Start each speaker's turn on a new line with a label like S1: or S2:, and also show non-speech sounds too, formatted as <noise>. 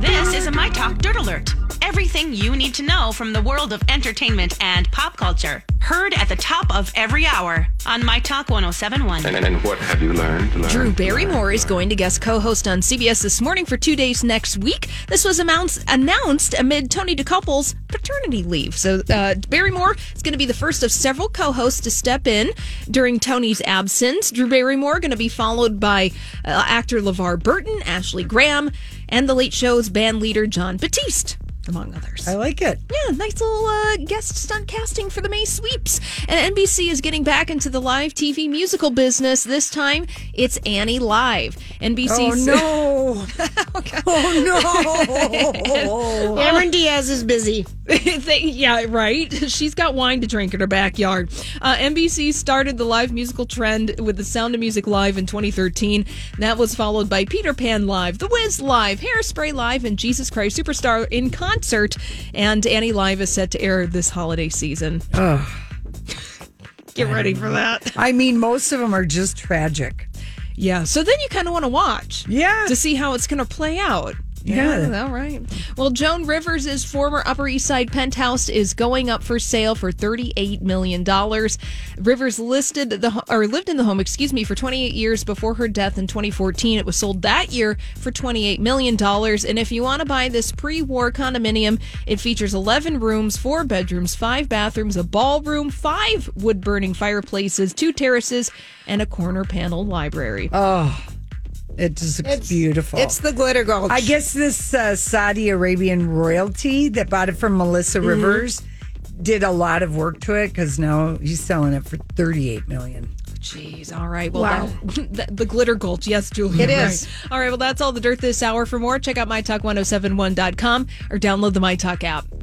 S1: This is a My Talk Dirt Alert. Everything you need to know from the world of entertainment and pop culture. Heard at the top of every hour on My Talk 1071.
S2: And, and, and what have you learned? learned
S3: Drew
S2: learned,
S3: Barrymore is
S2: learned?
S3: going to guest co-host on CBS this morning for two days next week. This was announced announced amid Tony DeCouple's paternity leave. So uh, Barrymore is going to be the first of several co-hosts to step in during Tony's absence. Drew Barrymore going to be followed by uh, actor LeVar Burton, Ashley Graham, and The Late Show's band leader John Batiste. Among others.
S4: I like it.
S3: Yeah, nice little uh, guest stunt casting for the May sweeps. And NBC is getting back into the live TV musical business. This time, it's Annie Live.
S4: Oh
S5: <laughs>
S3: NBC's
S4: no! Oh no!
S5: Cameron Diaz is busy.
S3: <laughs> They- yeah, right. She's got wine to drink in her backyard. Uh, NBC started the live musical trend with The Sound of Music Live in 2013. That was followed by Peter Pan Live, The Wiz Live, Hairspray Live, and Jesus Christ Superstar in concert. And Annie Live is set to air this holiday season. Get ready for that.
S4: <laughs> I mean, most of them are just tragic.
S3: Yeah. So then you kind of want to watch.
S4: Yeah.
S3: To see how it's going to play out.
S4: Yeah.
S3: all right. Well, Joan Rivers' former Upper East Side penthouse is going up for sale for $38 million. Rivers listed the or lived in the home, excuse me, for 28 years before her death in 2014. It was sold that year for $28 million. And if you want to buy this pre-war condominium, it features 11 rooms, 4 bedrooms, 5 bathrooms, a ballroom, 5 wood-burning fireplaces, 2 terraces, and a corner panel library.
S4: It just looks beautiful.
S5: It's the glitter gold.
S4: I guess this uh, Saudi Arabian royalty that bought it from
S5: Mm-hmm.
S4: Melissa Rivers did a lot of work to it because now he's selling it for thirty-eight million.
S3: Jeez, all right. Well,
S5: Wow.
S3: that, <laughs> the, the glitter gulch. Yes, Julie. It is.
S5: is.
S3: oh All right, well, that's all the dirt this hour. For more, check out mytalk1071.com or download the MyTalk app.